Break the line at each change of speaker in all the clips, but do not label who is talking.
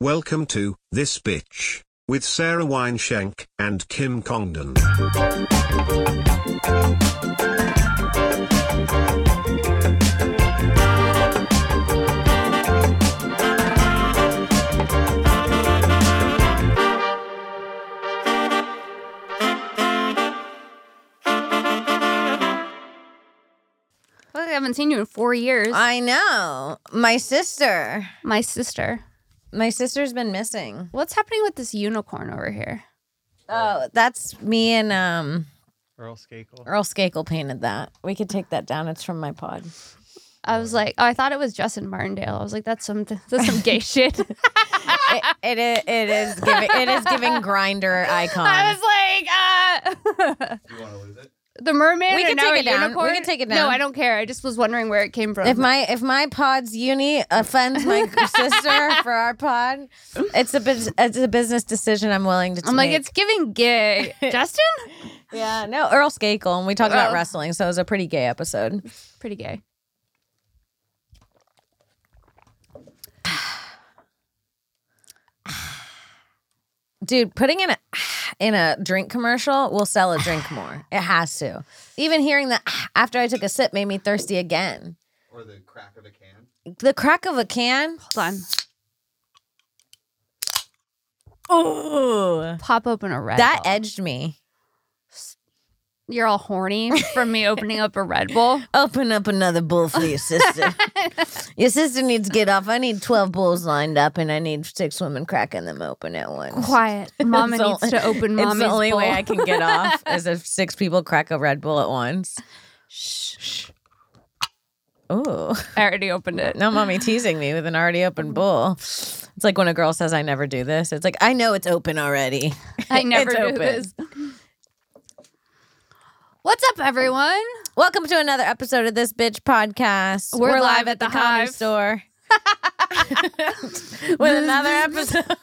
Welcome to This Bitch with Sarah Wineshank and Kim Congdon.
Look, I haven't seen you in four years.
I know. My sister.
My sister.
My sister's been missing.
What's happening with this unicorn over here?
Oh, that's me and um
Earl Skakel.
Earl Skakel painted that. We could take that down. It's from my pod.
I was like, oh, I thought it was Justin Martindale. I was like, that's some that's some gay shit.
It, it, i- it is giving it is giving grinder
I
icon.
was like, uh,
Do you want to lose it?
the mermaid.
We
and
can
now
take
a
it down. We
unicorn?
can take it
No,
down.
I don't care. I just was wondering where it came from.
If my if my pod's uni offends my sister for our pod, it's a bus- it's a business decision I'm willing to.
I'm like,
make.
it's giving gay. Justin?
yeah, no Earl Skakel, and we talked about
Earl.
wrestling, so it was a pretty gay episode.
Pretty gay.
dude putting in a in a drink commercial will sell a drink more it has to even hearing that after i took a sip made me thirsty again
Or the crack of a can?
the crack of a can
Hold on.
ooh
Pop open a red.
that
Bull.
edged me
You're all horny from me opening up a Red Bull.
open up another bull for your sister your sister needs to get off i need 12 bulls lined up and i need six women cracking them open at once
Quiet. Mama
It's the
needs to open
it's
mommy's
the only
bull.
way i can get off is if six people crack a red bull at once shh ooh
I already opened it.
No, mommy teasing me with an already open bowl. It's like when a girl says, I never do this. It's like, I know it's open already.
I never
It's
do
open.
this. What's up, everyone?
Welcome to another episode of This Bitch Podcast.
We're live at the
Comedy
Hive.
store. with another episode.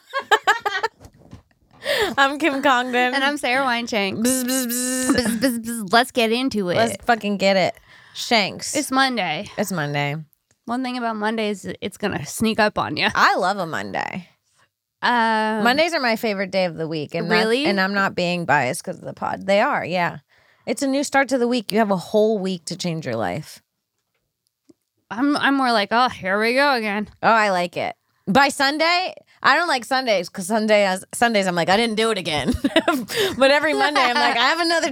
I'm Kim Congdon.
And I'm Sarah Wineshank.
Bzz, bzz, bzz.
Bzz, bzz, bzz. Let's get into it.
Let's fucking get it. Shanks. It's,
it's Monday.
Monday.
One thing about Monday is it's gonna sneak up on you.
I love a Monday.
Um,
Mondays are my favorite day of the week, and that-
Really?
and I'm not being biased because of the pod. They are, yeah. It's a new start to the week. You have a whole week to change your life.
I'm I'm more like, oh, here we go again.
Oh, I like it. By Sunday, I don't like Sundays because Sunday has, Sundays I'm like I didn't do it again. but every Monday I'm like I have another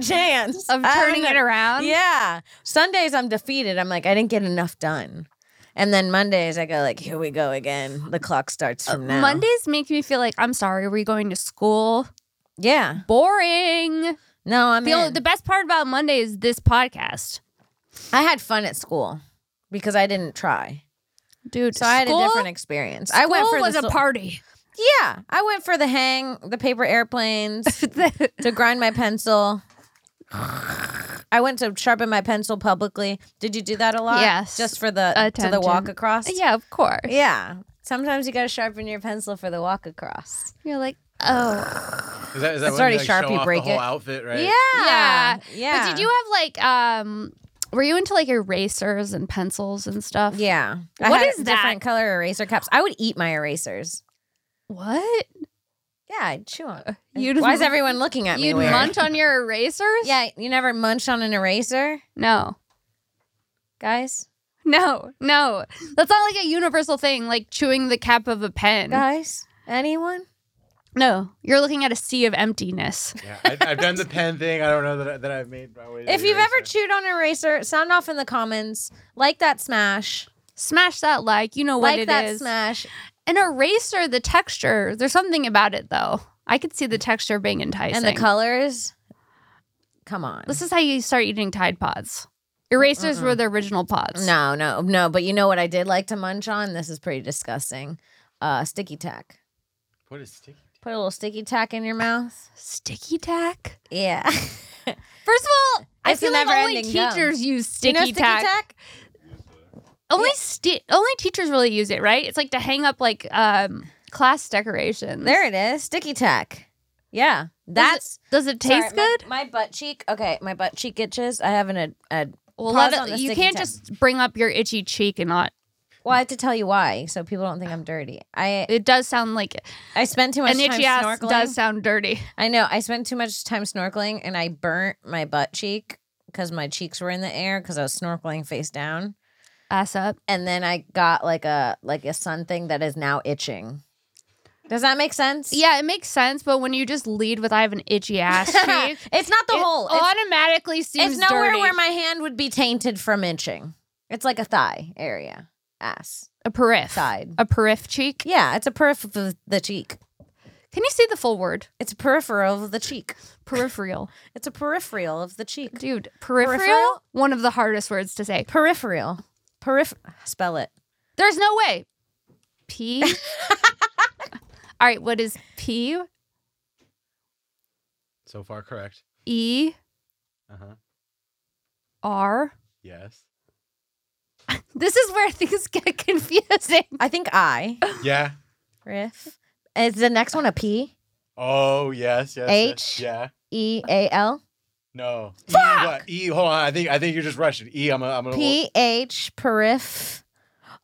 chance
Of
I have
turning it
ano-
around.
Oh, Yeah. Sundays I'm defeated. I'm like I didn't get enough done. And then Mondays I go like here we go again. The clock
Uh,
starts from now.
Mondays make me feel like I'm sorry. We're going to school.
Yeah.
Boring.
No, I'm
The,
in.
the best part about Monday is this podcast,
I had fun at school because I didn't try.
dude.
So I had
school-
a different experience. I went
school
for
was
the
a
sol-
party.
Yeah, I went for the hang, the paper airplanes to grind my pencil. I went to sharpen my pencil publicly. Did you do that a lot?
Yes.
just for the to the walk
Attention.
across.
yeah, of course.
yeah. Sometimes you gotta sharpen your pencil for the walk across.
You're like, oh.
Is that, is that
It's
when
already
you, like,
Sharpie
show off
break
the whole
it.
outfit, right?
Yeah,
Yeah.
yeah.
But did you have like um were you into like erasers and pencils and stuff?
Yeah.
What
I had
is that?
different color eraser caps. I would eat my erasers.
What?
Yeah, I'd chew on. it.
You'd-
Why is everyone looking at me
You'd
weird?
munch on your erasers?
Yeah, you never munched on an eraser,
No.
guys.
No. No. That's not like a universal thing, like chewing the cap of a pen.
Guys, anyone?
No. You're looking at a sea of emptiness.
Yeah, I, I've done the pen thing. I don't know that, I, that I've made my way to
If
the
you've ever
eraser.
chewed on an eraser, sound off in the comments. Like that smash.
Smash that like, you know what it
like
is.
that smash.
An eraser, the texture, there's something about it though. I could see the texture being enticing.
And the colors. Come on.
This is how you start eating Tide Pods. Erasers were the original pods.
no, no, no. But you know what I did like to munch on? This is pretty disgusting. Uh, sticky tack.
What is sticky?
Put a little sticky tack in your mouth.
Sticky tack?
Yeah.
First of all, I
It's a
feel like only
never-ending gum.
teachers use
Do you
sticky,
know sticky
tack.
tack?
Only sti- only teachers really use it, right? It's like to hang up like um class decorations.
There it is. Sticky tack. Yeah. That's
Does it
Sorry,
taste
my-
good?
My, butt cheek. Okay, my butt cheek itches. I haven't a, a
Well,
pause
let
on the
it, you
sticky
can't
tack.
just bring up your itchy cheek and not
Well, I have to tell you why, so people don't think I'm dirty. I
It does sound like it.
I spent too much
an
time
itchy ass
snorkeling.
does sound dirty.
I know I spent too much time snorkeling, and I burnt my butt cheek because my cheeks were in the air because I was snorkeling face down,
Ass up.
and then I got like a like a sun thing that is now itching. Does that make sense?
Yeah, it makes sense, but when you just lead with "I have an itchy ass cheek,"
it's not the
it
whole. It's,
automatically seems
it's nowhere
dirty.
where my hand would be tainted from itching. It's like a thigh area, ass
a perif
side.
a perif cheek.
Yeah, it's a peripheral of the cheek.
Can you say the full word?
It's a peripheral of the cheek.
Peripheral,
It's a peripheral of the cheek.
dude. Peripheral,
Peripheral?
One of the hardest words to say.
Peripheral. Periph. Spell it.
There's no way. P. All right. What is P
So far, correct.
E
Uh huh.
R?
Yes.
This is where things get confusing.
I think I.
Yeah.
Riff. Is the next one a P?
Oh yes. Yes.
H.
Yes. Yeah.
E A L?
No. E, what? E. Hold on. I think I think you're just rushing. E. I'm. A, I'm gonna.
P H periph.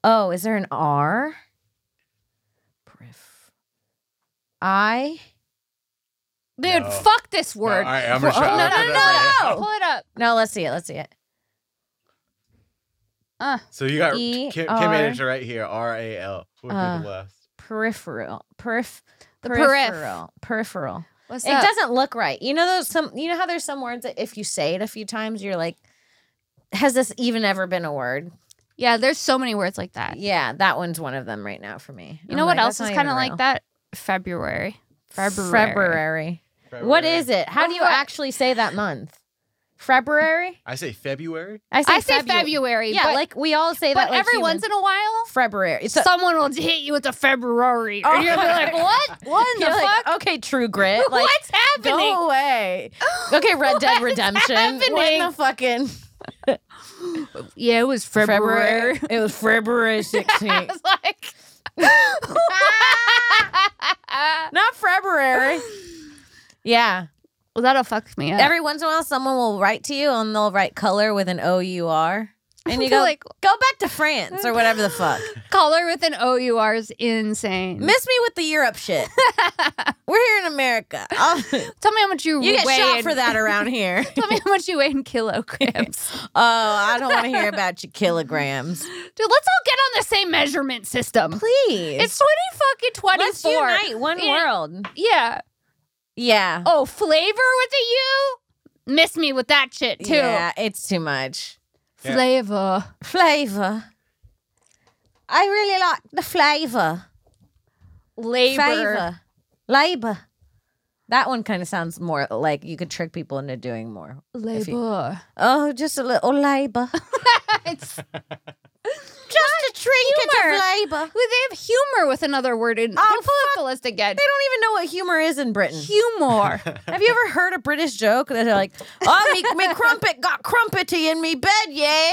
Oh, is there an R? Periph. I.
Dude,
No.
fuck this
No,
word.
all right. I'm gonna
Oh,
try.
no,
I'll
no,
do
no,
that
no,
right
no.
Pull it up.
No, let's see it. Let's see it.
Uh,
here. So you got
E,
Kim, Kim
R.
manager right here. R A L. Would be
Uh,
the last.
Peripheral. Periph.
The periph.
peripheral. Peripheral.
what's
It
up?
doesn't look right. You know those some you know how there's some words that if you say it a few times, you're like, has this even ever been a word?
yeah, there's so many words like that.
Yeah, that one's one of them right now for me.
You know
I'm
what
like,
else
that's
is
not
kind
even
of like
real.
that? February. February.
February. What
February.
is it? How do you
February.
actually say that month? February?
I say February.
I say
Febu-
February.
Yeah,
but,
like we all say
but
that.
every once in a while,
February. So,
someone will hit you with a February, and you're gonna be like, "What? What in the
you're like,
fuck?
okay, True Grit. Like,
Oh. What's happening?"
Go away. Okay, Red Dead
What's
Redemption. What in
happening?
the fucking
Yeah, it was February.
It was February 16th.
I was like,
Not February. Yeah.
well, that'll fuck me up.
Every once in a while, someone will write to you and they'll write color with an O U R. And you
They're
go,
like-
like, go back to France or whatever the fuck.
color with an O U R is insane.
Miss me with the Europe shit. We're here in America. I'll-
Tell me how much you,
you get
weigh
shot
in-
for that around here.
Tell me how much you weigh in kilograms.
Oh, I don't want to hear about your kilograms.
Dude, let's all get on the same measurement system.
Please.
It's 20 fucking 24.
Let's unite one
Yeah.
world.
Yeah.
Yeah.
Oh, flavor with a U? Miss me with that shit too.
Yeah, it's too much.
Yeah.
Flavor.
Flavor. I really like the flavor.
Labor.
Favor. Labor. That one kind of sounds more like you could trick people into doing more. If you-
Labor.
oh, just a little labor.
it's,
just a trinket
humor.
of labor.
Well, they have humor with another word in.
Oh,
Oh, pull up the list again.
They don't even know what humor is in Britain.
Humor.
Have you ever heard a British joke that they're like, oh, me, me crumpet got crumpety in me bed, yay?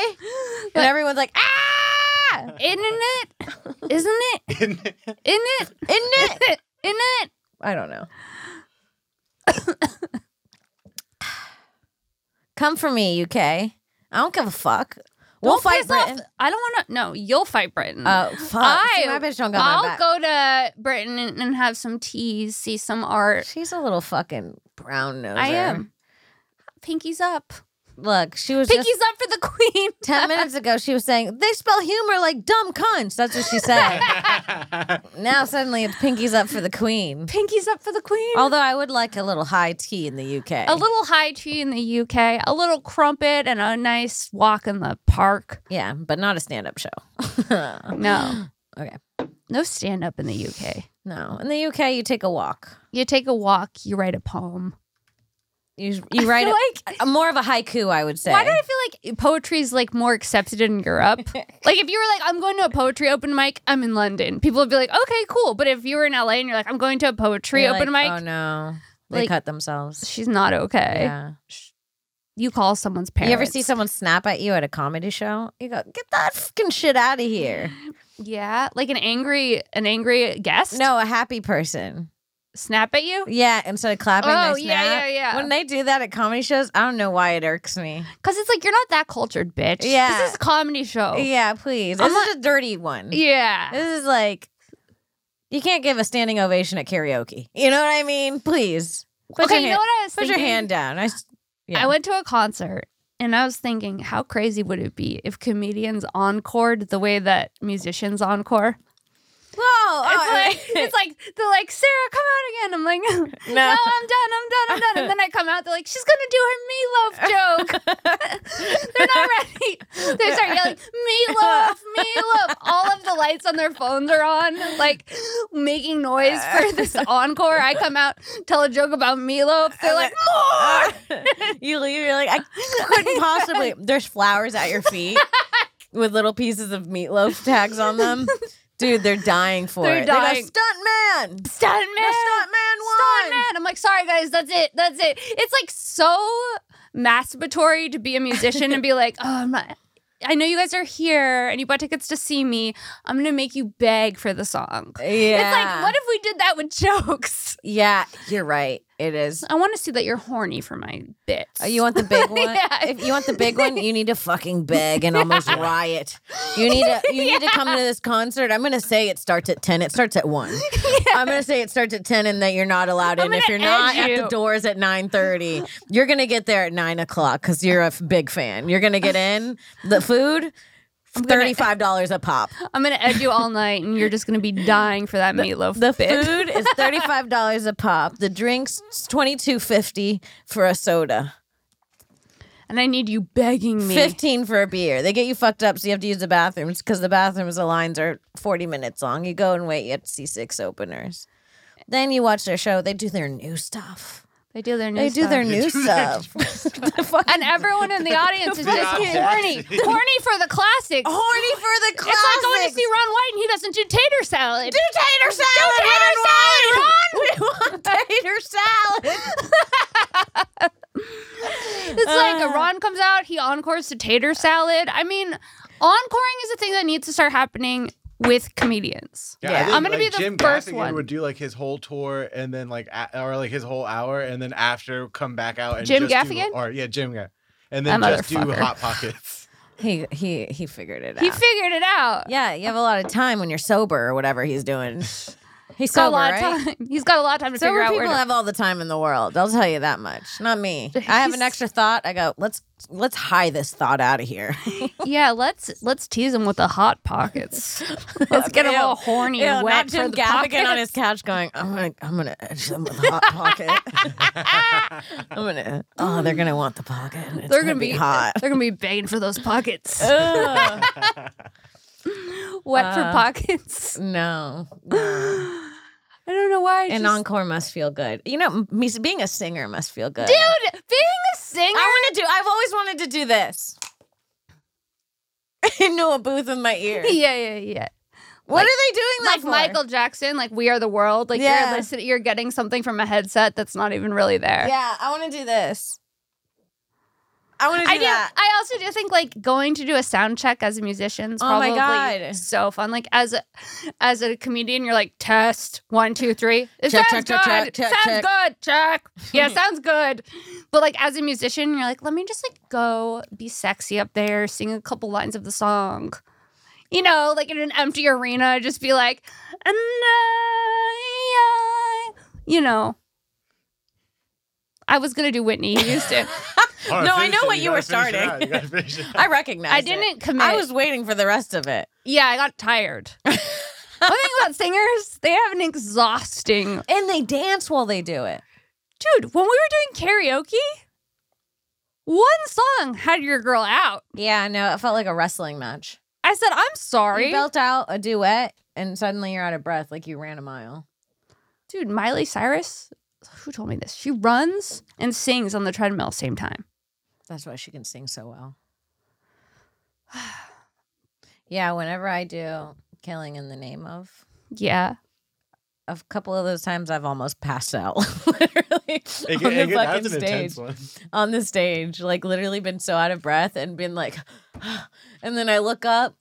And everyone's like, ah!
Isn't it? Isn't it? Isn't it? Isn't
Isn't it?
it?
I don't know. Come for me, UK. I don't give a fuck. We'll
Don't
fight
piss off-
Britain.
I don't want to. No, you'll fight Britain.
Oh fuck! See, my bitch don't got my
I'll
back.
go to Britain and, and have some teas, see some art.
She's a little fucking brown noser.
I am. Pinkies up.
Look, she was
Pinkies
just
up for the queen.
ten minutes ago. She was saying they spell humor like dumb cunts. That's what she said. now suddenly it's pinkies up for the queen.
Pinkies up for the queen.
Although I would like a little high tea in the UK.
a little high tea in the UK, a little crumpet, and a nice walk in the park.
yeah, but not a stand-up show.
No.
Okay.
No stand up in the UK.
no, in the UK you take a walk.
You take a walk, you write a poem.
You you write
I
a,
feel like
a- more of a haiku, I would say.
why do I feel like poetry is like more accepted in Europe? like if you were like, I'm going to a poetry open mic, I'm in London. People would be like, okay, cool. But if you were in LA and you're like, I'm going to a poetry
You're
open
like,
mic,
Oh no, they
Like-
cut themselves.
she's not okay.
Yeah.
You call someone's parents.
You ever see someone snap at you at a comedy show? You go, get that fucking shit out of here.
Yeah, like an angry, an angry guest.
No, a happy person.
snap at you?
Yeah, instead of clapping.
Oh,
they
yeah,
snap.
yeah, yeah.
When they do that at comedy shows, I don't know why it irks me.
Because it's like you're not that cultured, bitch.
Yeah.
This is a comedy show.
Yeah, please. This
Oh. I'm
is a dirty one.
Yeah.
This is like you can't give a standing ovation at karaoke. You know what I mean? Please. Put
okay,
your
you
hand,
know what I was
put
thinking?
your hand down. I, s- yeah.
I went to a concert and I was thinking, how crazy would it be if comedians encored the way that musicians encore?
Whoa!
It's
oh,
like, it's like they're like, Sarah, come out again. I'm like, no, I'm done, I'm done, I'm done. And then I come out, they're like, she's gonna do her meatloaf joke. they're not ready. They start yelling, meatloaf, meatloaf. All of the lights on their phones are on, like making noise for this encore. I come out, tell a joke about meatloaf. They're like,
you leave. You're like, I couldn't possibly. There's flowers at your feet with little pieces of meatloaf tags on them. Dude, they're dying for
They're
it.
dying.
They go, stunt man.
stunt
The
man.
stunt man
Stunt
won.
man. I'm like, sorry guys, that's it. That's it. It's like so masturbatory to be a musician and be like, oh, I'm not. I know you guys are here and you bought tickets to see me. I'm gonna make you beg for the song.
Yeah.
It's like, what if we did that with jokes?
Yeah, you're right. It is.
I want to see that you're horny for my bits.
Uh, You want the big one?
Yeah.
If you want the big one, you need to fucking beg and almost riot. You need to you need to come to this concert. I'm gonna say it starts at ten. It starts at one. I'm gonna say it starts at ten and that you're not allowed in.
I'm
If
gonna
you're not
edge
at the
you.
doors at nine thirty, you're gonna get there at nine o'clock because you're a f- big fan. You're gonna get in the food. Thirty-five dollars a pop.
I'm gonna ed you all night and you're just gonna be dying for that meatloaf
The
bit.
food is thirty-five dollars a pop. The drinks twenty-two fifty for a soda.
And I need you begging me.
15 for a beer. They get you fucked up, so you have to use the bathrooms because the bathrooms, the lines are 40 minutes long. You go and wait, you have to see six openers. Then you watch their show. They do their new stuff.
They do their new
They do their
stuff.
new stuff. The fuck-
and everyone in the audience is just
Fucking-
horny, horny for the classics.
Horny for the classics.
It's like going to see Ron White and he doesn't do tater salad.
Do tater salad.
Do tater salad, Ron!
Ron. We want tater salad.
It's like a Ron comes out, he encores to tater salad. I mean, encoring is a thing that needs to start happening with comedians.
Yeah,
Yeah.
I think,
I'm gonna
like,
be the
Jim
first
Gaffigan
one.
Would do like his whole tour and then like a- or like his whole hour and then after come back out and
Jim
just do-
Gaffigan?
or yeah Jim Gaffigan and then
That
just do
motherfucker.
hot pockets.
He he he figured it out.
He figured it out.
yeah, you have a lot of time when you're sober or whatever he's doing. He's
He's got
sober,
a lot
right?
of time. He's got a lot of time to figure
Sober
out
people
where to.
have all the time in the world. I'll tell you that much. Not me. I have an
He's-
extra thought. I go, let's let's high this thought out of here.
yeah, let's let's tease him with the hot pockets. Let's get him all horny and wet for the pockets.
on his couch going, I'm gonna I'm gonna edge them with a hot pocket. I'm gonna oh, they're gonna want the pocket. It's
They're gonna be
hot.
They're gonna be begging for those pockets. Wet for
Uh,
pockets.
no. no.
I don't know why. I
An
just-
encore must feel good. You know, m- me being a singer must feel good.
Dude, being a singer.
I want to do. I've always wanted to do this. Into a booth with my ear.
yeah, yeah, yeah.
What are they doing that
Like
for?
Michael Jackson, like We Are the World. Like
Yeah.
you're listening, you're getting something from a headset that's not even really there.
Yeah, I want to do this. I want to do
I do.
that.
I also do think like going to do a sound check as a musician is
Oh my
probably
God.
so fun. Like as a as a comedian, you're like test one two three. It
Check,
sounds
check, check,
good.
check, check,
sounds good. Check. Yeah, sounds good. But like as a musician, you're like, let me just like go be sexy up there, sing a couple lines of the song. You know, like in an empty arena, just be like, and I, you know. I was gonna do Whitney Houston.
All right,
No, I
finish
know
it.
what you
gotta
were
finish it
starting.
out. You gotta finish it out.
I recognize.
I didn't commit.
I was waiting for the rest of it.
Yeah, I got tired. One thing about singers, they have an exhausting.
And they dance while they do it.
Dude, when we were doing karaoke, one song had your girl out.
Yeah, I know. It felt like a wrestling match.
I said, I'm
You
sorry.
belt out a duet, and suddenly you're out of breath, like you ran a mile.
Dude, Miley Cyrus, who told me this? She runs and sings on the treadmill same time.
That's why she can sing so well. yeah, whenever I do "Killing in the Name of,"
Yeah.
a couple of those times I've almost passed out, literally
It
on
get-
the
it get-
fucking
that's an
stage.
intense one.
on the stage, like literally been so out of breath and been like, and then I look up,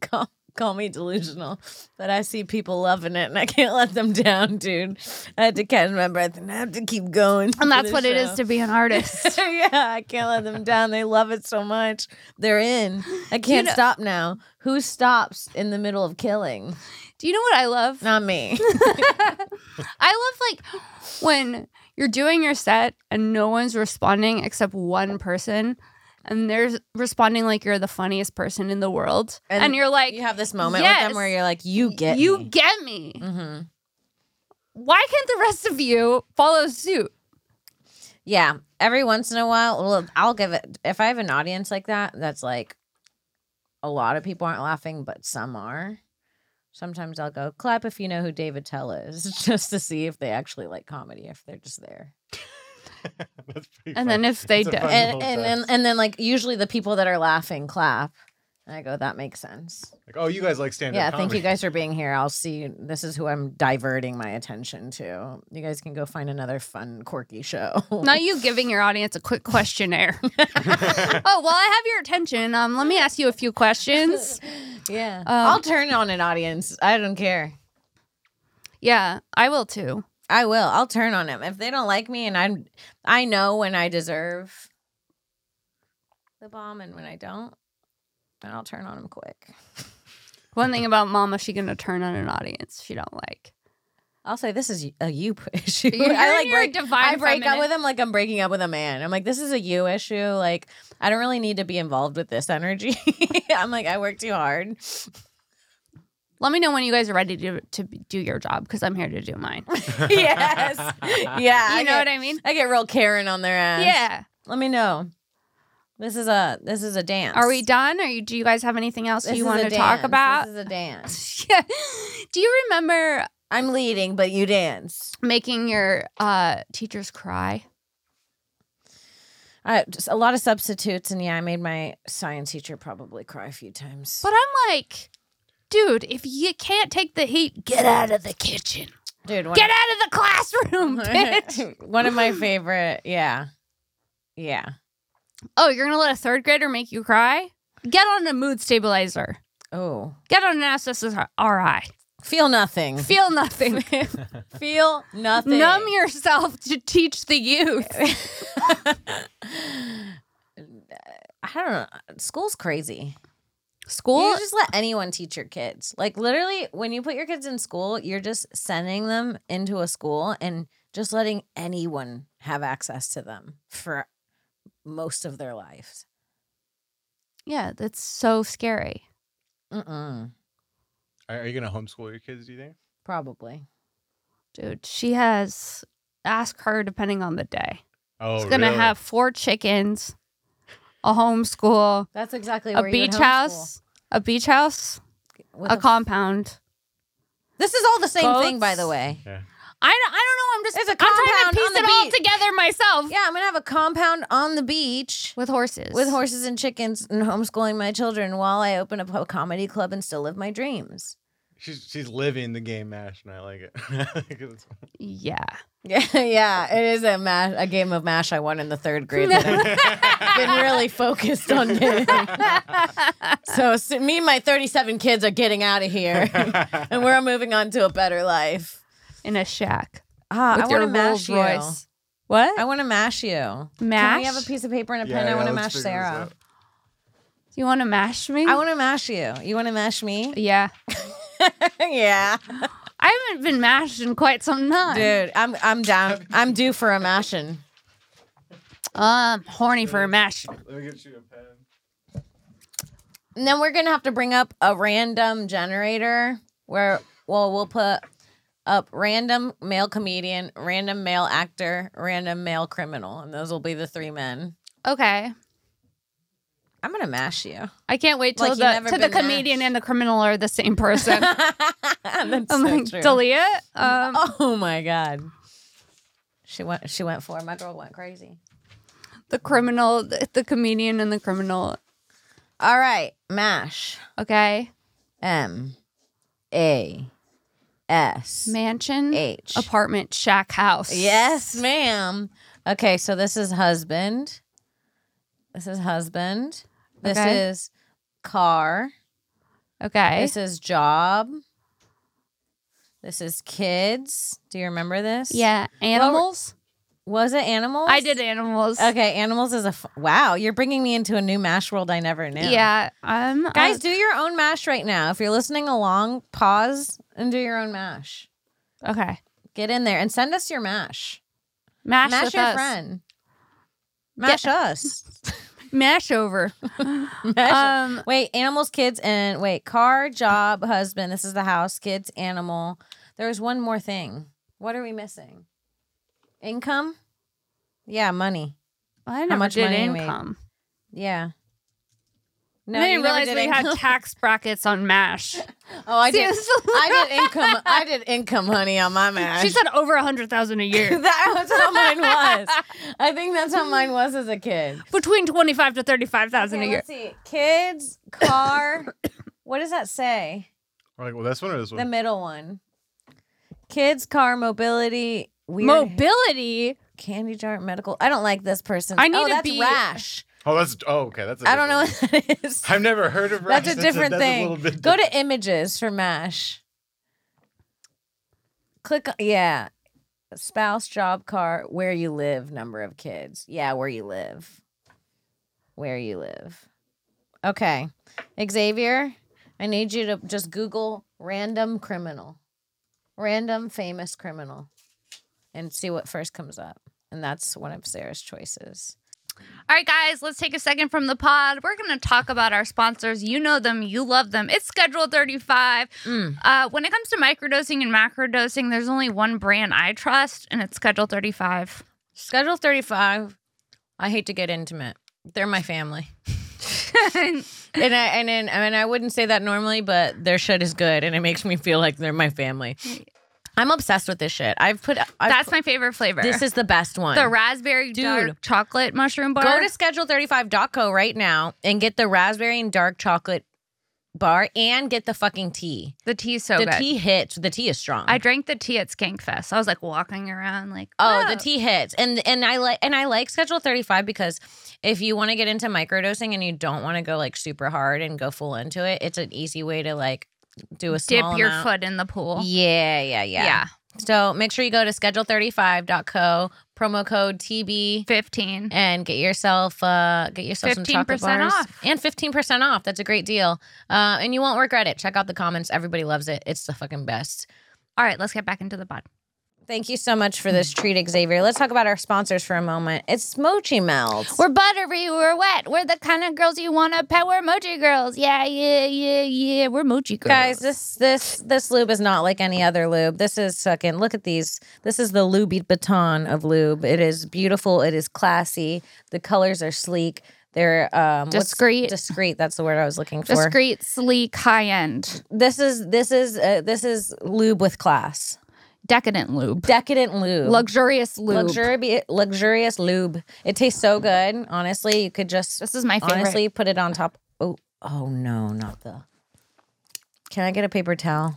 com- call me delusional, but I see people loving it and I can't let them down, dude. I had to catch my breath and I have to keep going. for
And that's
this
what it is
show.
to be an artist.
yeah, I can't let them down. They love it so much. They're in. I can't
know-
stop now. Who stops in the middle of killing?
Do you know what I love?
Not me.
I love like when you're doing your set and no one's responding except one person and they're responding like you're the funniest person in the world.
And
And, you're like,
you have this moment with
Yes.
them where you're like, you get
you
me.
get me.
Mhm.
Why can't the rest of you follow suit?
Yeah. Every once in a while, well, I'll give it. If I have an audience like that, that's like a lot of people aren't laughing, but some are. Sometimes I'll go clap if you know who David Tell is, just to see if they actually like comedy, if they're just there.
That's
And
pretty funny.
then if they
That's a
don't-
fun
And
little
and,
touch.
and and then like usually the people that are laughing clap. And I go, that makes sense.
like, oh, you guys like stand up.
yeah, thank you guys for being here. I'll see you. This is who I'm diverting my attention to. You guys can go find another fun, quirky show.
Not you giving your audience a quick questionnaire. oh, well, I have your attention. Um, let me ask you a few questions.
yeah.
Um,
I'll turn on an audience. I don't care.
Yeah, I will too.
I will. I'll turn on them if they don't like me, and I'm. I know when I deserve the bomb, and when I don't, and I'll turn on them quick.
One thing about Mama, she gonna turn on an audience she don't like.
I'll say this is a you issue.
You're-
I like
you're a
break.
divine
I break up
feminine.
with him like I'm breaking up with a man. I'm like, this is a you issue. Like, I don't really need to be involved with this energy. I'm like, I work too hard.
Let me know when you guys are ready to, to do your job because I'm here to do mine. You
yes. Yeah. You I
know
get,
what I mean?
I get real Karen on their ass.
Yeah.
Let me know. This is a this is a dance.
Are we done? Or you, do you guys have anything else
This
you
is
want
a
to talk
dance.
about?
This is a dance.
yeah. Do you remember
I'm leading, but you dance.
making your uh, teachers cry?
I, just a lot of substitutes, and yeah, I made my science teacher probably cry a few times.
But I'm like, dude, if you can't take the heat, get out of the kitchen.
Dude, one
Get out of the classroom, bitch.
One of my favorite. Yeah. Yeah.
oh, you're going to let a third grader make you cry? Get on a mood stabilizer.
Oh.
Get on an SSRI.
Feel nothing.
Feel nothing.
Feel nothing.
Numb yourself to teach the youth.
I don't know. School's crazy.
School.
you just let anyone teach your kids. Like literally, when you put your kids in school, you're just sending them into a school and just letting anyone have access to them for most of their lives.
yeah, that's so scary.
Mm-mm.
Are, are you gonna homeschool your kids? Do you think?
Probably.
Dude, she has ask her depending on the day.
Oh,
She's gonna
really?
have four chickens, a homeschool,
That's exactly
a beach house, a beach house, a compound.
this is all the same thing, by
Goats.
the way.
Yeah.
I don't, I don't know. I'm just
There's a
I'm trying
compound
to
on
piece
the
it all
beach.
together myself
Yeah, I'm gonna have a compound on the beach
with horses.
with horses and chickens and homeschooling my children while I open up a comedy club and still live my dreams.
She's she's living the game, Mash, and I like it. I think it's-
Yeah.
Yeah, yeah, it is a mash, a game of mash I won in the third grade that I've been really focused on getting. so, s me and my 37 kids are getting out of here, and we're moving on to a better life.
In a shack.
Ah,
With
I
your
want to mash
Rolls
you.
Royce. What?
I want to mash you. Can
Mash?
we have a piece of paper and a
Yeah,
pen? I
yeah,
want to
let's
mash
figure this
Sarah.
out.
you want to mash me?
I want to mash you. You want to mash me?
Yeah.
yeah,
I haven't been mashed in quite some time.
dude, I'm I'm down. I'm due for a mashing.
Um, horny for a mash.
Let me get you a pen.
And then we're gonna have to bring up a random generator where well we'll put up random male comedian, random male actor, random male criminal, and those will be the three men.
Okay.
I'm gonna mash you.
I can't wait till
Like, you never
the to the
been mashed.
comedian and the criminal are the same person.
That's
I'm
so
like,
true.
delete it. Um,
oh my god. She went she went for it. My girl went crazy.
The criminal, the, the comedian, and the criminal.
All right, mash.
Okay.
M A S
Mansion,
H.
apartment, shack, house.
Yes, ma'am. Okay, so this is husband. This is husband. This
Okay.
is car.
Okay.
This is job. This is kids. Do you remember this?
yeah. Animals.
Was it animals?
I did animals.
Okay, animals is a f- wow. You're bringing me into a new mash world I never knew.
Yeah. Um. I-
Guys, do your own mash right now. If you're listening along, pause and do your own mash.
okay.
Get in there and send us your mash.
Mash,
Mash,
with
your
us.
friend. Mash us.
Mash over.
Mash
um.
Wait, animals, kids, and wait, car, job, husband. This is the house, kids, animal. There was one more thing. What are we missing? Income? Yeah, money.
I never
much
did
money we made?
income.
Yeah. No,
I
you
didn't
never
realize
did
we had
income.
tax brackets on Mash.
Oh, I
See,
did.
it's-
I did income. I did income, honey, on my mash.
she said over a hundred thousand a year,
that's how mine was. I think that's how mine was as a kid.
between twenty five to thirty five thousand
Okay,
a year.
let's see. Kids, car. what does that say?
We're like, well, this one or this
The
one?
middle one. Kids, car, mobility, weird
Mobility.
candy jar, medical. I don't like this person.
I need
oh,
to
that's
be-
rash.
Oh, that's oh, okay. That's. I
I don't know what that is.
I've never heard of.
That's a
rice.
different
that's
thing.
A little bit
Go
different.
to images for mash. Click. on- Yeah, spouse, job, car, where you live, number of kids. Yeah, where you live. Where you live. Okay, Xavier, I need you to just Google random criminal, random famous criminal, and see what first comes up. And that's one of Sarah's choices.
All right, guys, let's take a second from the pod. We're going to talk about our sponsors. You know them, you love them. It's Schedule 35.
Mm.
Uh, when it comes to microdosing and macrodosing, there's only one brand I trust, and it's Schedule 35.
Schedule 35. I hate to get intimate. They're my family. and I and then I mean I wouldn't say that normally, but their shit is good and it makes me feel like they're my family. I'm obsessed with this shit. I've put I've,
That's my favorite flavor.
this is the best one.
the raspberry
Dude.
dark chocolate mushroom bar.
Go to schedule35.co right now and get the raspberry and dark chocolate bar and get the fucking tea.
the tea's so
the
good.
tea hits. The tea is strong.
I drank the tea at Skankfest. I was like walking around like,
Oh,
"Whoa."
the tea hits, and and I like and I like Schedule Thirty Five because if you want to get into microdosing and you don't want to go like super hard and go full into it, it's an easy way to like do a
Dip
small
your
amount.
foot in the pool.
Yeah, yeah, yeah, So make sure you go to schedule35.co promo code TB
15.
and get yourself uh get yourself some chocolate
15%
bars
off.
and 15% off. That's a great deal. Uh and you won't regret it. Check out the comments. Everybody loves it. It's the fucking best.
All right, let's get back into the pod.
Thank you so much for this treat, Xavier. Let's talk about our sponsors for a moment. It's Mochi Melts.
We're buttery, we're wet. We're the kind of girls you want to pet. We're mochi girls. Yeah, yeah, yeah, yeah. We're mochi girls.
Guys, this this this lube is not like any other lube. This is fucking look at these. This is the Lube Baton of lube. It is beautiful. It is classy. The colors are sleek. They're um what's-
Discreet.
Discreet. That's the word I was looking for.
discreet, sleek, high end,
This is this is uh, this is lube with class.
decadent lube,
Decadent lube.
luxurious lube.
Luxuri- luxurious lube. It tastes so good. Honestly, you could just
this is my favorite.
honestly put it on top. Oh, oh no, not the. Can I get a paper towel?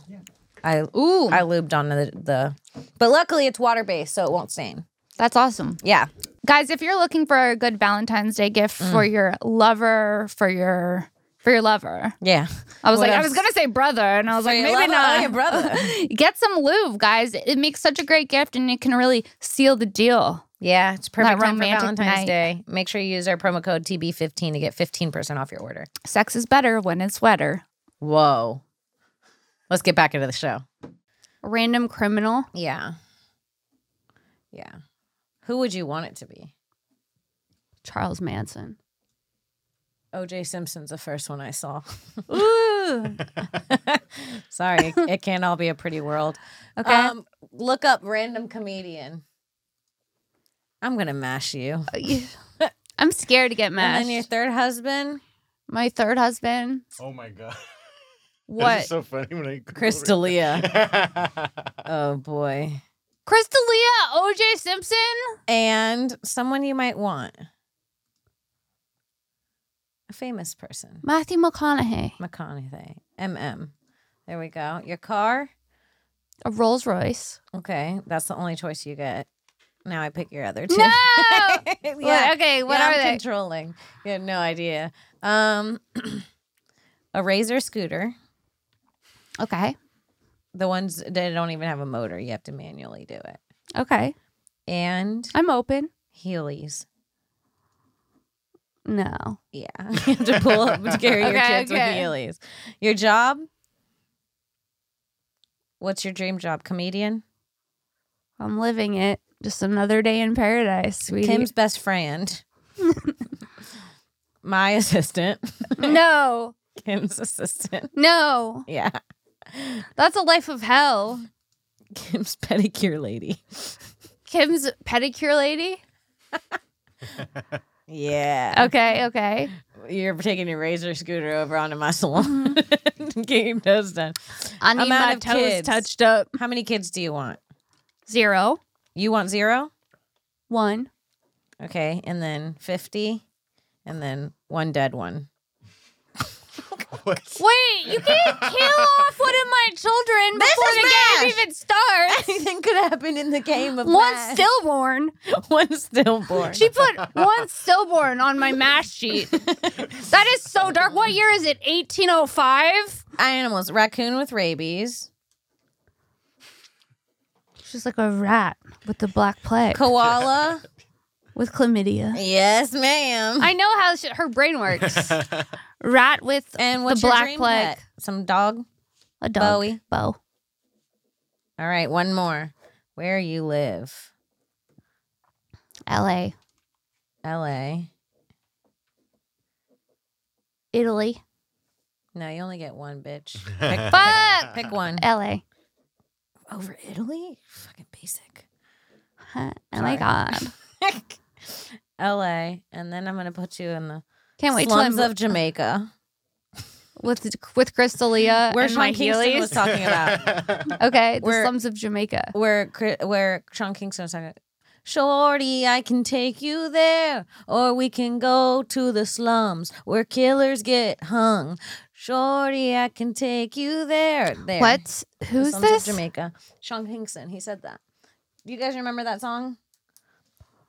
I
Ooh,
I lubed on the the, but luckily it's water based, so it won't stain.
that's awesome.
Yeah,
Guys, if you're looking for a good Valentine's Day gift for your lover, for your for your lover.
yeah.
I was
What
like, I
else?
was gonna say brother, and I was like,
your
maybe
lover or
not.
your brother.
Get some lube, guys. It makes such a great gift, and it can really seal the deal.
Yeah, it's perfect time for
romantic
Valentine's
night.
Day. Make sure you use our promo code TB15 to get 15% off your order.
Sex is better when it's wetter.
Whoa. Let's get back into the show.
Random criminal.
Yeah. Yeah. Who would you want it to be?
Charles Manson.
OJ Simpson's the first one I saw.
Ooh.
Sorry, it- it can't all be a pretty world.
Okay.
Um, look up random comedian. I'm gonna mash you.
I'm scared to get
Uh, And then your
mashed.
third husband,
My third husband.
Oh my god. This
What?
is so funny when I Google
Chris
it.
D'Elia. Oh boy.
Crystalia, OJ Simpson?
And someone you might want. A famous person.
Matthew McConaughey.
McConaughey. MM. There we go. Your car.
A Rolls Royce.
Okay. That's the only choice you get. Now I pick your other two.
No!
yeah.
What- Okay, what
yeah,
are
I'm
they?
controlling. You have no idea. Um, a razor scooter.
Okay.
The ones that don't even have a motor, you have to manually do it.
Okay.
And
I'm open.
Heelys.
No.
Yeah. You have to pull up to carry your
Okay,
kids
okay.
with Heelys. Your job? What's your dream job? Comedian?
I'm living it. Just another day in paradise, sweetie.
Kim's best friend. My assistant.
no.
Kim's assistant.
No.
Yeah.
That's a life of hell.
Kim's pedicure lady.
Kim's pedicure lady.
Yeah.
Okay. Okay.
You're taking your razor scooter over onto my salon. Get your toes done.
Mm-hmm. I need
Amount
my
of
toes
kids.
touched up.
How many kids do you want?
Zero.
You want zero?
One.
Okay. And then 50. And then one dead one.
What?
Wait, you can't kill off one of my children
This
before
is
the game
rash.
even starts.
Anything could happen in the game of
One
one,
stillborn.
one stillborn.
She put one stillborn on my math sheet. That is so dark. What year is it? 1805?
Animals. Raccoon with rabies.
She's like a rat with the black plague.
Koala.
with chlamydia.
yes, ma'am.
I know how she, her brain works. rat with
and what's
the
your
black
dream
plague.
pet? Some dog.
a dog.
Bowie.
Bow.
All right, one more. Where you live?
LA.
L.A.
Italy.
No, you only get one, bitch. Pick,
Fuck!
pick one.
LA.
Over Italy? Fucking basic.
Huh. Oh my
Sorry.
god.
L.A. And then I'm gonna put you in the
Can't wait till
slums
I'm
of Jamaica.
with with Crystalia
Where
and
Sean
my
Kingston
Heelys.
was talking about.
Okay, the
Where-
slums of Jamaica.
Where Cri- where Sean Kingston was talking. About. Shorty, I can take you there, or we can go to the slums where killers get hung. Shorty, I can take you there. There.
What?
The
Who's
Slums of
this?
Jamaica. Sean Kingston. He said that. You guys remember that song?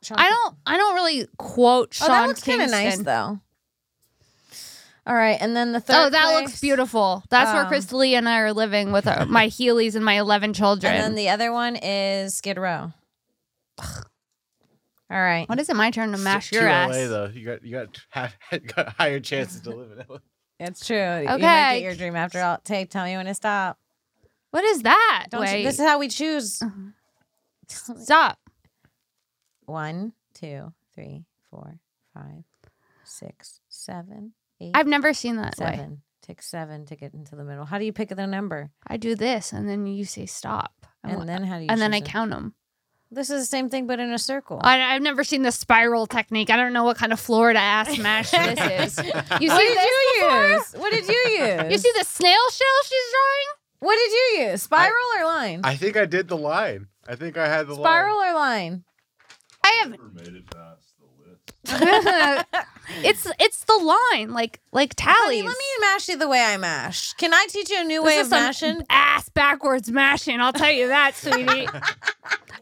Sean
I don't. I don't really quote
Oh,
Sean
that looks kind
Kingston.
of nice though. All right, and then the third.
Oh, that
place,
looks beautiful. That's where
Um,
Crystalia and I are living with our, my Heelys and my eleven children.
And then the other one is Skid Row. All right.
what is it? My turn to mash
Two
your ass.
LA though. You got you got, half, got higher chances to live in LA.
It's true. Okay. You might
Okay.
get your dream after all. Tay, tell me when to stop.
What is that?
Don't
Wait, Uh-huh.
you, this is how we choose.
stop.
One, two, three, four, five, six, seven, eight,
I've never seen that way.
seven. Take seven to get into the middle. How do you pick the number?
I do this, and then you say stop, and,
And then how do you?
and then I
choose it?
count them.
This is the same thing, but in a circle.
I, I've never seen the spiral technique. I don't know what kind of Florida ass mash this is. You see
what did
this
you
before?
use? What did you use?
You see the snail shell she's drawing?
What did you use? Spiral or line?
I think I did the line. I think I had the
Spiral
line.
or line?
I have. it's it's the line like like
Honey,
tallies.
let me mash you the way I mash. Can I teach you a new way
this
of
is some
mashing?
ass backwards mashing. I'll tell you that, sweetie.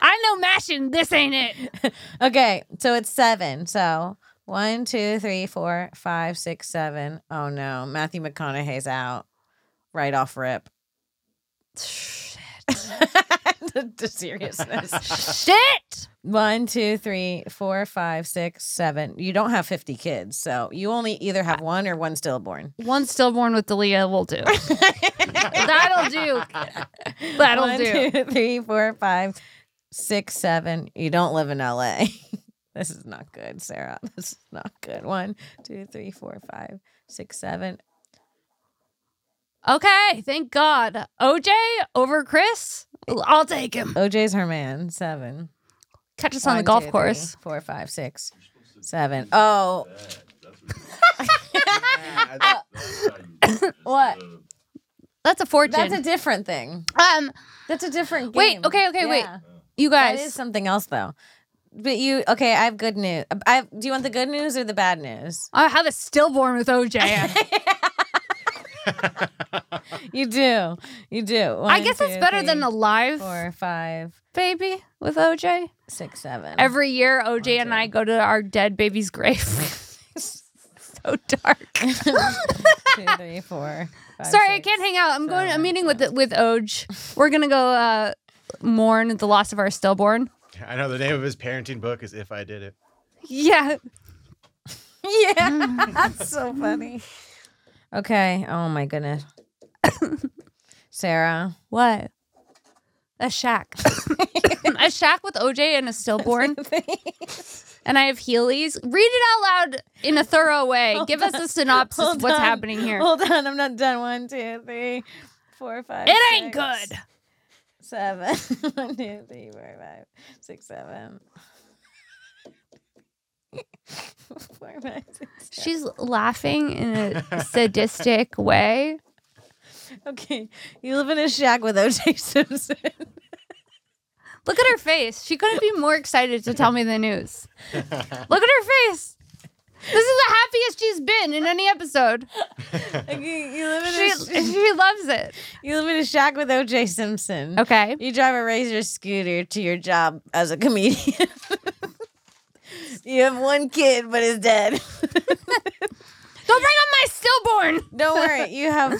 I know mashing. This ain't it.
Okay, so it's seven. So one, two, three, four, five, six, seven. Oh no, Matthew McConaughey's out. Right off rip. the, the seriousness.
Shit.
one, two, three, four, five, six, seven. You don't have fifty kids, so you only either have one or one stillborn.
One stillborn with Dalia will do. That'll do. That'll
One,
do.
two, three, four, five, six, seven. You don't live in LA. this is not good, Sarah. This is not good. One, two, three, four, five, six, seven.
Okay, thank God. OJ over Chris. I'll take him.
OJ's her man. Seven.
Catch us on the
One,
golf
two,
course.
three, four, five, six, seven. Oh, Uh,
Yeah, I think-
what?
That's a fortune.
That's a different thing.
um,
That's a different
Wait,
game.
okay, okay, wait.
Yeah.
you
That
guys.
is something else, though. But you, okay, I have good news. I, do you want the good news or the bad news?
I have a stillborn with OJ.
You do. You do.
I
One,
guess
two,
it's better than
three,
a live
four, five,
baby with OJ.
six, seven.
Every year, OJ and I go to our dead baby's grave. so dark.
Two, three, four, five, five,
Sorry, I
six,
can't hang out. I'm going. I'm
seven,
meeting with the, with Oj. We're gonna go uh, mourn the loss of our stillborn.
I know the name of his parenting book is If I Did It.
Yeah.
Yeah, that's so funny. Okay. Oh my goodness. Sarah,
What? A shack. a shack with OJ and a stillborn. and I have Heelys. Read it out loud in a thorough way. Give us a synopsis of
Hold
what's
on.
happening here.
Hold on, I'm not done. One, two, three, four, five.
it ain't
six,
good.
Seven. One, two, three, four, five, six, seven. Four, five, six, seven.
She's laughing in a sadistic way.
Okay, you live in a shack with OJ Simpson.
Look at her face. She couldn't be more excited to tell me the news. Look at her face. This is the happiest she's been in any episode.
Okay, you live in
She,
a sh-
she loves it.
you live in a shack with OJ Simpson.
Okay.
You drive a razor scooter to your job as a comedian. you have one kid, but is dead.
Don't bring up my stillborn.
Don't worry, you have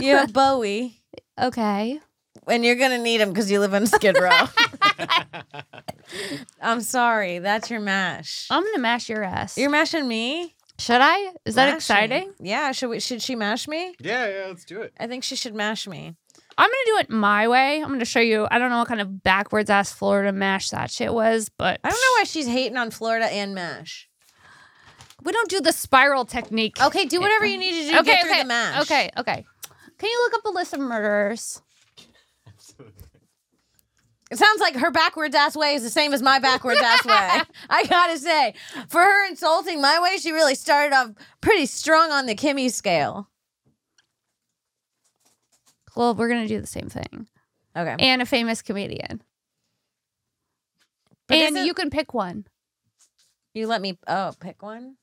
you have Bowie,
Okay.
and you're gonna need him because you live on Skid Row. I'm sorry, that's your mash.
I'm gonna mash your ass.
You're mashing me.
Should I? Is that
Mash me.
exciting?
Yeah. Should we, should she mash me?
Yeah, yeah, let's do it.
I think she should mash me.
I'm gonna do it my way. I'm gonna show you. I don't know what kind of backwards ass Florida mash that shit was, but
I don't know why she's hating on Florida and mash.
we don't do the spiral technique.
Okay, do whatever you need to do. to get through
okay,
the mash.
okay, okay. Can you look up a list of murderers?
It sounds like her backwards ass way is the same as my backwards ass way. I gotta say, for her insulting my way, she really started off pretty strong on the Kimmy scale.
Well, we're gonna do the same thing.
Okay.
And a famous comedian.
But
and
isn't-
you can pick one.
you let me oh pick one.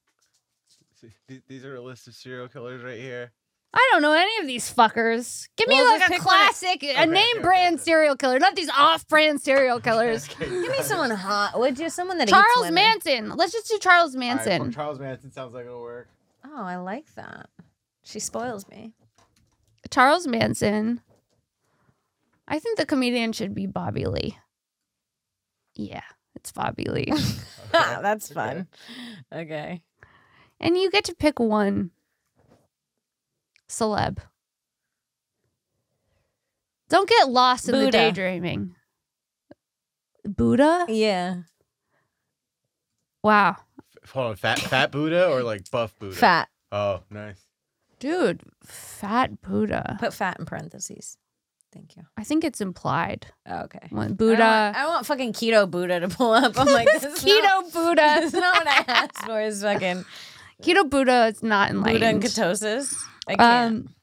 See, th- These are a list of serial killers right here.
I don't know any of these fuckers. Give me
Well,
like
just
a
pick one of-
classic,
Okay,
a name
okay,
brand
okay.
serial killer, not these off-brand serial killers.
Give me someone hot, would you? Someone that eats
Charles
women.
Manson. Let's just do Charles
All right,
Manson.
Charles Manson sounds like it'll work.
Oh, I like that. She spoils me.
Charles Manson. I think the comedian should be Bobby Lee. Yeah, it's Bobby Lee. Ah,
Ha, That's fun. Okay.
and you get to pick one celeb. Don't get lost in the
Buddha.
daydreaming. Buddha?
Yeah.
Wow.
F- Hold on, fat fat Buddha or like buff Buddha?
Fat.
Oh, nice.
Dude, fat Buddha.
Put fat in parentheses. Thank you.
I think it's implied.
Okay. I
When
don't want- I
Buddha.
want, fucking keto Buddha to pull up. I'm like, this is
Keto
not-
Buddha.
That's not what I asked for. Is fucking
Keto Buddha is not enlightened.
Buddha and ketosis. I can't.
Um,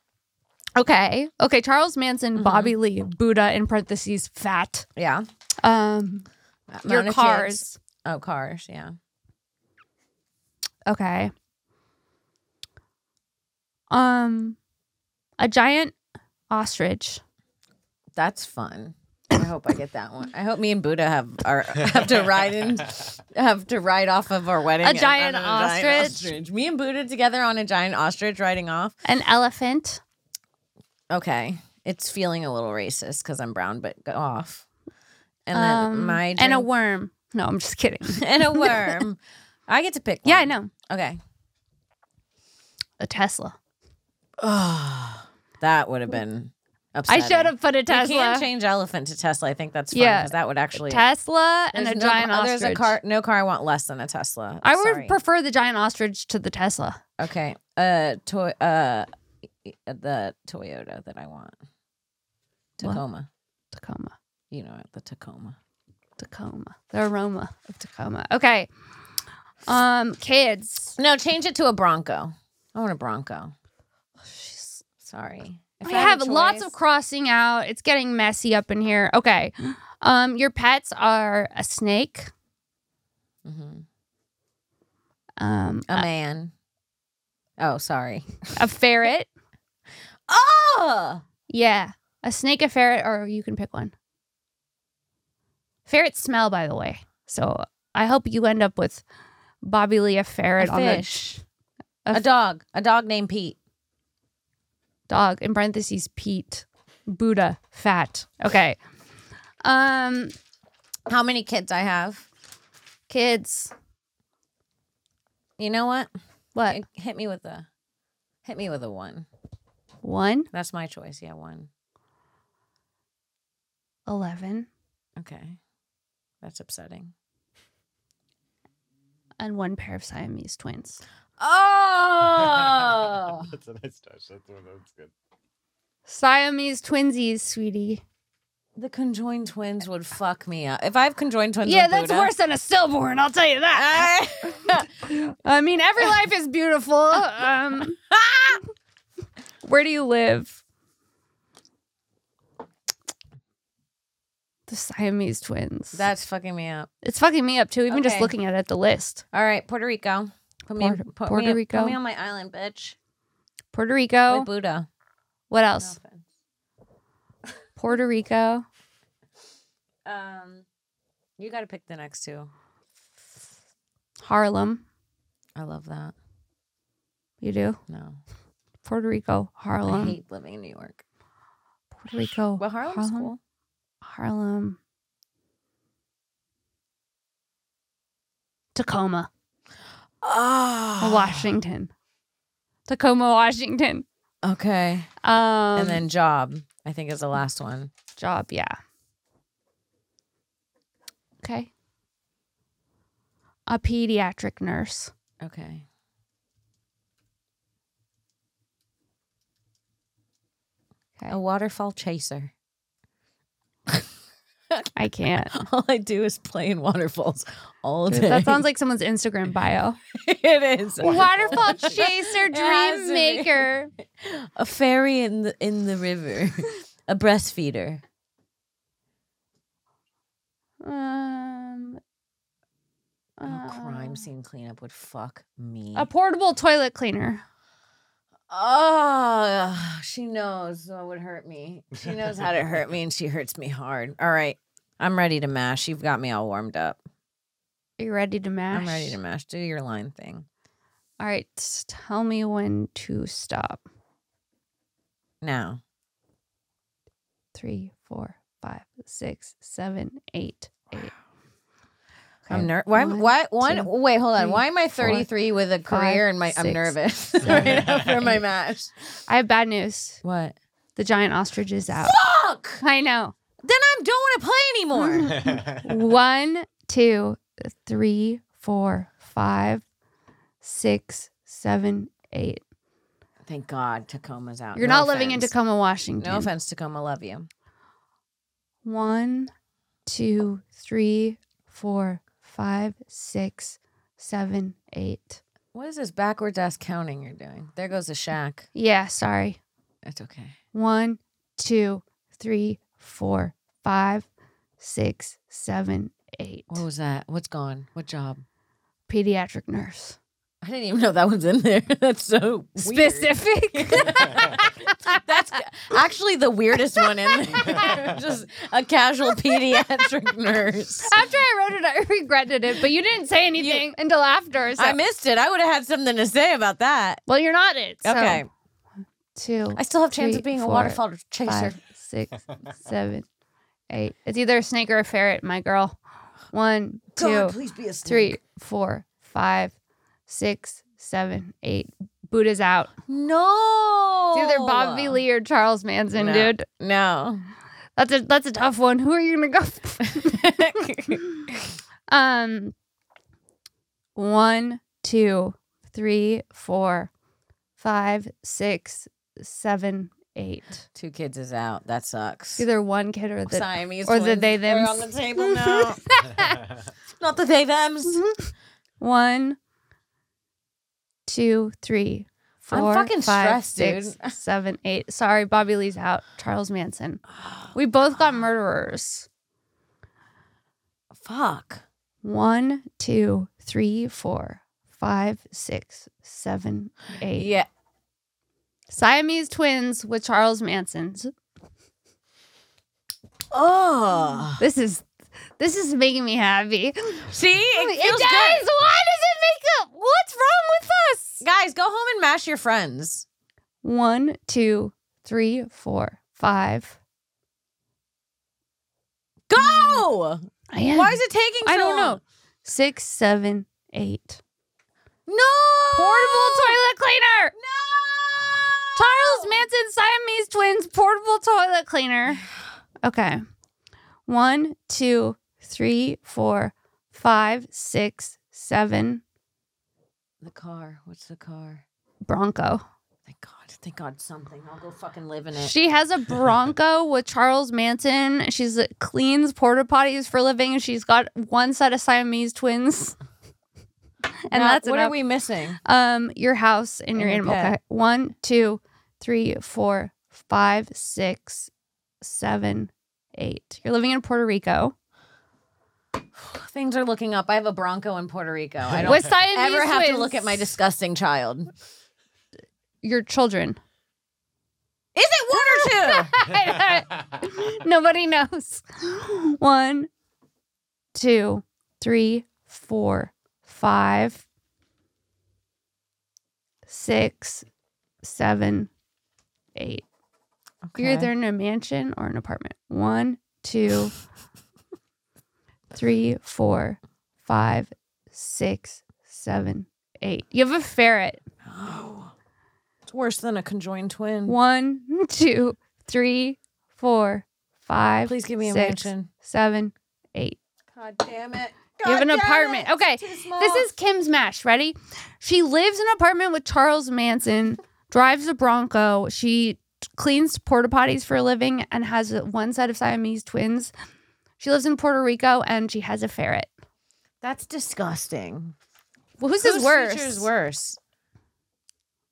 okay. Okay. Charles Manson,
Mm-hmm.
Bobby Lee, Buddha in parentheses, fat.
yeah.
Um, your
Amount of
cars.
kids. Oh, cars. Yeah.
Okay. Um, a giant ostrich.
That's fun. I hope I get that one. I hope me and Buddha have are have to ride in have to ride off of our wedding.
A
and-
giant
on a
ostrich.
ostrich. Me and Buddha together on a giant ostrich riding off.
An elephant.
Okay. It's feeling a little racist because I'm brown, but go off. And then
um,
my
and a
drink-
worm. No, I'm just kidding.
and a worm. I get to pick.
yeah, I
one.
know.
Okay.
A Tesla.
Oh, that would have been.
I
Upsetting.
should have put a
You can
Tesla.
change elephant to Tesla. I think that's fun
Yeah.
because that would actually.
Tesla and a
There's no-
giant ostrich.
There's a car. No car I want less than a Tesla.
I would
Sorry.
prefer the giant ostrich to the Tesla.
okay. Uh, toy. Uh, the Toyota that I want.
What?
Tacoma.
Tacoma.
You know it, the Tacoma.
Tacoma. The aroma of Tacoma. Okay. Um, kids.
No, change it to a Bronco. I want a Bronco. Oh, Sorry. If
I
had
have
a
lots
choice-
of crossing out. It's getting messy up in here. Okay. Um, your pets are a snake,
Mhm.
um,
A
a,
man. Oh, sorry.
a ferret. Ah!
Oh,
Yeah. A snake, a ferret, or you can pick one. Ferrets smell, by the way. So I hope you end up with Bobby Lee, a ferret
a
on the
fish.
a
a
f-
dog. A dog named Pete.
dog in parentheses Pete, Buddha, fat. Okay. Um,
How many kids I have?
kids.
You know what?
What?
Hit- Hit me with a, hit me with a one.
One,
That's my choice. Yeah, one.
eleven,
Okay, that's upsetting.
and one pair of Siamese twins.
Oh,
that's a nice touch. That's one. That's good.
Siamese twinsies, sweetie.
the conjoined twins would fuck me up. If I have conjoined twins,
yeah,
with
that's
Buddha-
worse than a stillborn, I'll tell you that. I mean, every life is beautiful. Um, where do you live? The Siamese twins.
That's fucking me up.
it's fucking me up too. Even just
Okay.
looking at it, the list.
All right, Puerto Rico. Put me,
Puerto-
put
Puerto
me,
Rico.
Put me on my island, bitch.
Puerto
Oh.
Rico.
Buddha.
What
No
else?
offense.
Puerto Rico.
um, you got to pick the next two.
Harlem.
I love that.
You do.
No,
Puerto Rico.
I
Harlem.
hate living in New York.
Puerto Rico.
Well, Harlem's
Harlem.
cool.
Harlem. Tacoma,
Oh,
Washington. Tacoma, Washington.
Okay,
Um,
and then job. I think is the last one.
job, yeah. Okay. A pediatric nurse.
Okay.
Okay.
A waterfall chaser.
I can't.
All I do is play in waterfalls all day.
that sounds like someone's Instagram bio.
it is.
Waterfall chaser,
It has
dream
to be.
maker.
A fairy in the in the river. A breastfeeder.
Um,
A Oh, crime
uh,
scene cleanup would fuck me.
A portable toilet cleaner.
Oh, she knows what would hurt me. She knows how to hurt me, and she hurts me hard. All right, I'm ready to mash. You've got me all warmed up.
Are you ready to mash?
I'm ready to mash. Do your line thing.
All right, s- tell me when to stop.
Now,
Three, four, five, six, seven, eight, eight.
I'm nervous. Why?
one,
Why? One.
two,
wait, hold on.
three,
why am I
four,
33 with a
five,
career and my? I'm
six,
nervous right
seven,
after my
eight.
mash.
I have bad news.
What?
The giant ostrich is out.
Fuck!
I know.
Then I don't want to play anymore.
One, two, three, four, five, six, seven, eight.
Thank God Tacoma's out.
You're
Oh, No
not living in
offense.
Tacoma, Washington.
No offense, Tacoma. Love you.
One, two, three, four, five, six, seven, eight.
What is this backwards ass counting you're doing? There goes the shack.
Yeah, sorry.
That's okay.
One, two, three, four, five, six, seven, eight.
What was that? What's gone? What job?
Pediatric nurse.
I didn't even know that was in there. That's so weird.
Specific.
That's actually the weirdest one in there. Just a casual pediatric nurse.
after I wrote it, I regretted it, but you didn't say anything until after. So.
I missed it. I would have had something to say about that.
well, you're not it. So.
Okay.
Two,
I still have chance
Three,
of being
four,
a waterfall chaser.
five, six, seven, eight. It's either a snake or a ferret, my girl. One,
God,
two,
please be a snake.
three, four, five, six, seven, eight. Buddha's out.
No.
It's either
Oh.
Bobby Lee or Charles Manson,
No.
dude.
No.
That's a that's a tough one. Who are you gonna go? For? um, one, two, three, four, five, six, seven, eight.
Two kids is out. That sucks.
Either one kid or the
Siamese
or the
twins
they,
are
thems.
on the table now. Not the they thems.
one, two, three,
I'm
four,
fucking
five, six,
stressed,
seven, eight. Sorry, Bobby Lee's out. Charles Manson.
Oh,
We both got murderers.
Fuck.
One, two, three, four, five, six, seven, eight.
Yeah.
Siamese twins with Charles Manson's.
Oh.
This is this is making me happy. It,
See, it feels
does. Why
good.
does it make up? What's wrong with us?
Guys, go home and mash your friends.
One, two, three, four, five.
Go!
I am.
Why is it taking so
I don't know.
long?
Six, seven, eight.
No!
Oh! Portable toilet cleaner.
No!
Charles Manson Siamese twins portable toilet cleaner. Okay. One, two, three, four, five, six, seven.
The car. What's the car?
Bronco.
Thank God. Thank God something. I'll go fucking live in it.
She has a Bronco with Charles Manson. She's uh, cleans porta potties for a living, and she's got one set of Siamese twins. And
Now,
that's
what
enough.
are we missing?
um your house and your
And your
animal.
pet.
Okay. One, two, three, four, five, six, seven, eight. You're living in Puerto Rico
Things are looking up. I have a Bronco in Puerto Rico. I don't
with Siamese
ever have to
twins.
look at my disgusting child. Is
your children.
it one or two?
Nobody knows. One, two, three, four, five, six, seven, eight. You're either in a mansion or an apartment. One, two, three, four, five, six, seven, eight. You have a ferret.
Oh, it's worse than a conjoined twin.
One, two, three, four, five.
Please give me a
six,
mansion.
Seven, eight.
God damn it.
You have
God
an
damn
apartment.
it.
Okay,
It's too small.
This is Kim's mash. Ready? She lives in an apartment with Charles Manson, drives a Bronco. She cleans porta potties for a living and has one set of Siamese twins. She lives in Puerto Rico and she has a ferret.
that's disgusting.
Well, whose
Whose
is worse?
future is worse.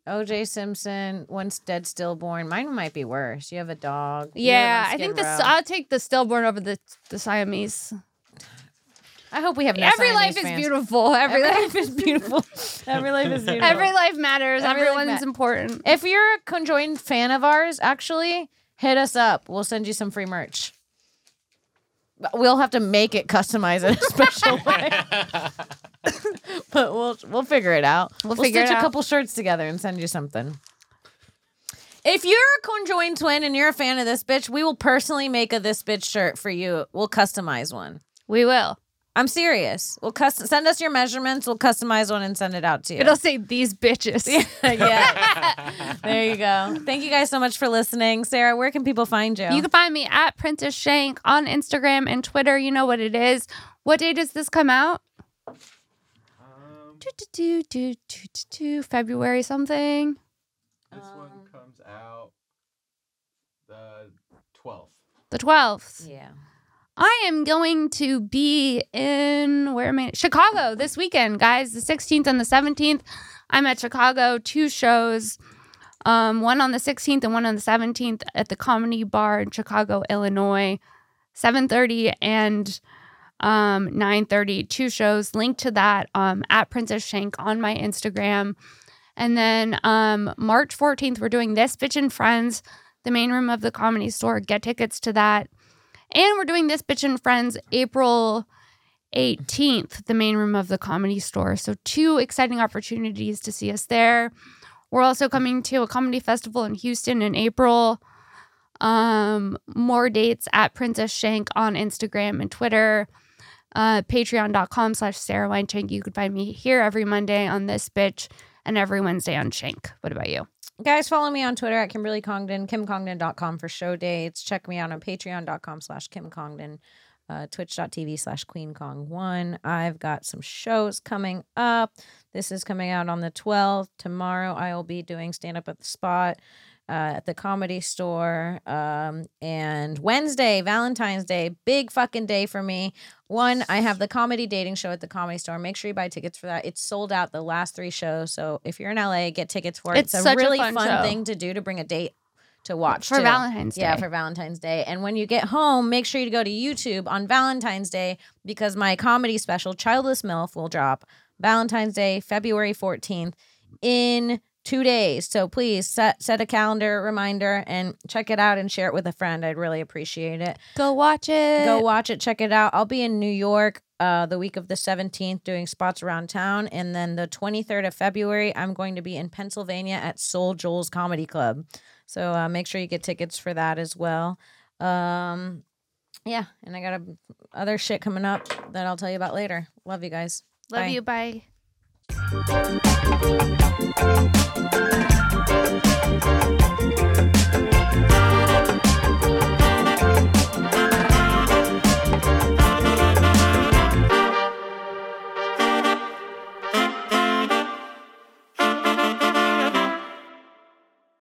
OJ Simpson, once dead stillborn. Mine might be worse. You have a dog. You live
Yeah,
on
I think uh, the s-
Skid Row.
I'll take the stillborn over the the Siamese.
I hope we have no
Every
Siamese
life is
fans.
beautiful. Every
Every
life.
life is beautiful. Every life is beautiful.
Every life matters.
Every life
Everyone's
mat-
important.
if you're a conjoined fan of ours, actually, hit us up. We'll send you some free merch. But We'll have to make it customize it a special way. but we'll we'll figure it out. We'll,
figure it
stitch a
out.
couple shirts together and send you something. If you're a conjoined twin and you're a fan of this bitch, we will personally make a this bitch shirt for you. We'll customize one.
We will.
I'm serious. We'll custom send us your measurements. We'll customize one and send it out to you.
It'll say these bitches.
yeah. There you go. Thank you guys so much for listening. Sarah, where can people find you?
You can find me at Princess Shank on Instagram and Twitter. You know what it is. What day does this come out? Do, do, do, do, do, do, do, February something.
This one comes out the 12th.
The 12th.
yeah.
I am going to be in where am I? Chicago this weekend, guys. The 16th and the 17th. I'm at Chicago, two shows. Um, one on the 16th and one on the 17th at the Comedy Bar in Chicago, Illinois. 7:30 and um 9:30 two shows linked to that um at Princess Shank on my Instagram. And then um March 14th we're doing this bitch and friends the main room of the comedy store get tickets to that. And we're doing this bitch and friends April 18th, the main room of the comedy store. So, two exciting opportunities to see us there. We're also coming to a comedy festival in Houston in April. Um, more dates at Princess Shank on Instagram and Twitter. Uh, Patreon.com slash Sarah Wine Shank. You can find me here every Monday on this bitch and every Wednesday on Shank. What about you?
Guys, follow me on Twitter at Kimberly Congdon, kimcongdon.com for show dates. Check me out on patreon.com slash kimcongdon, uh, twitch.tv slash queenkong1. I've got some shows coming up. This is coming out on the 12th. Tomorrow I will be doing stand-up at the spot uh, at the comedy store. Um, and Wednesday, Valentine's Day, big fucking day for me. One, I have the comedy dating show at the comedy store. Make sure you buy tickets for that. It's sold out the last three shows. So if you're in LA, get tickets for it.
It's
It's, a
such a
really
fun
fun,
show.
thing to do to bring a date to watch
For
too.
Valentine's Day.
Yeah, for Valentine's Day. And when you get home, make sure you go to YouTube on Valentine's Day because my comedy special, Childless MILF, will drop Valentine's Day, February 14th in two days. So please set set a calendar reminder and check it out and share it with a friend. I'd really appreciate it.
Go watch it.
Go watch it, check it out. I'll be in New York uh, the week of the 17th doing spots around town. And then the 23rd of February, I'm going to be in Pennsylvania at Soul Joel's Comedy Club. So uh, make sure you get tickets for that as well. Um, yeah, and I got a, other shit coming up that I'll tell you about later. Love you guys.
Love
Bye.
you. Bye.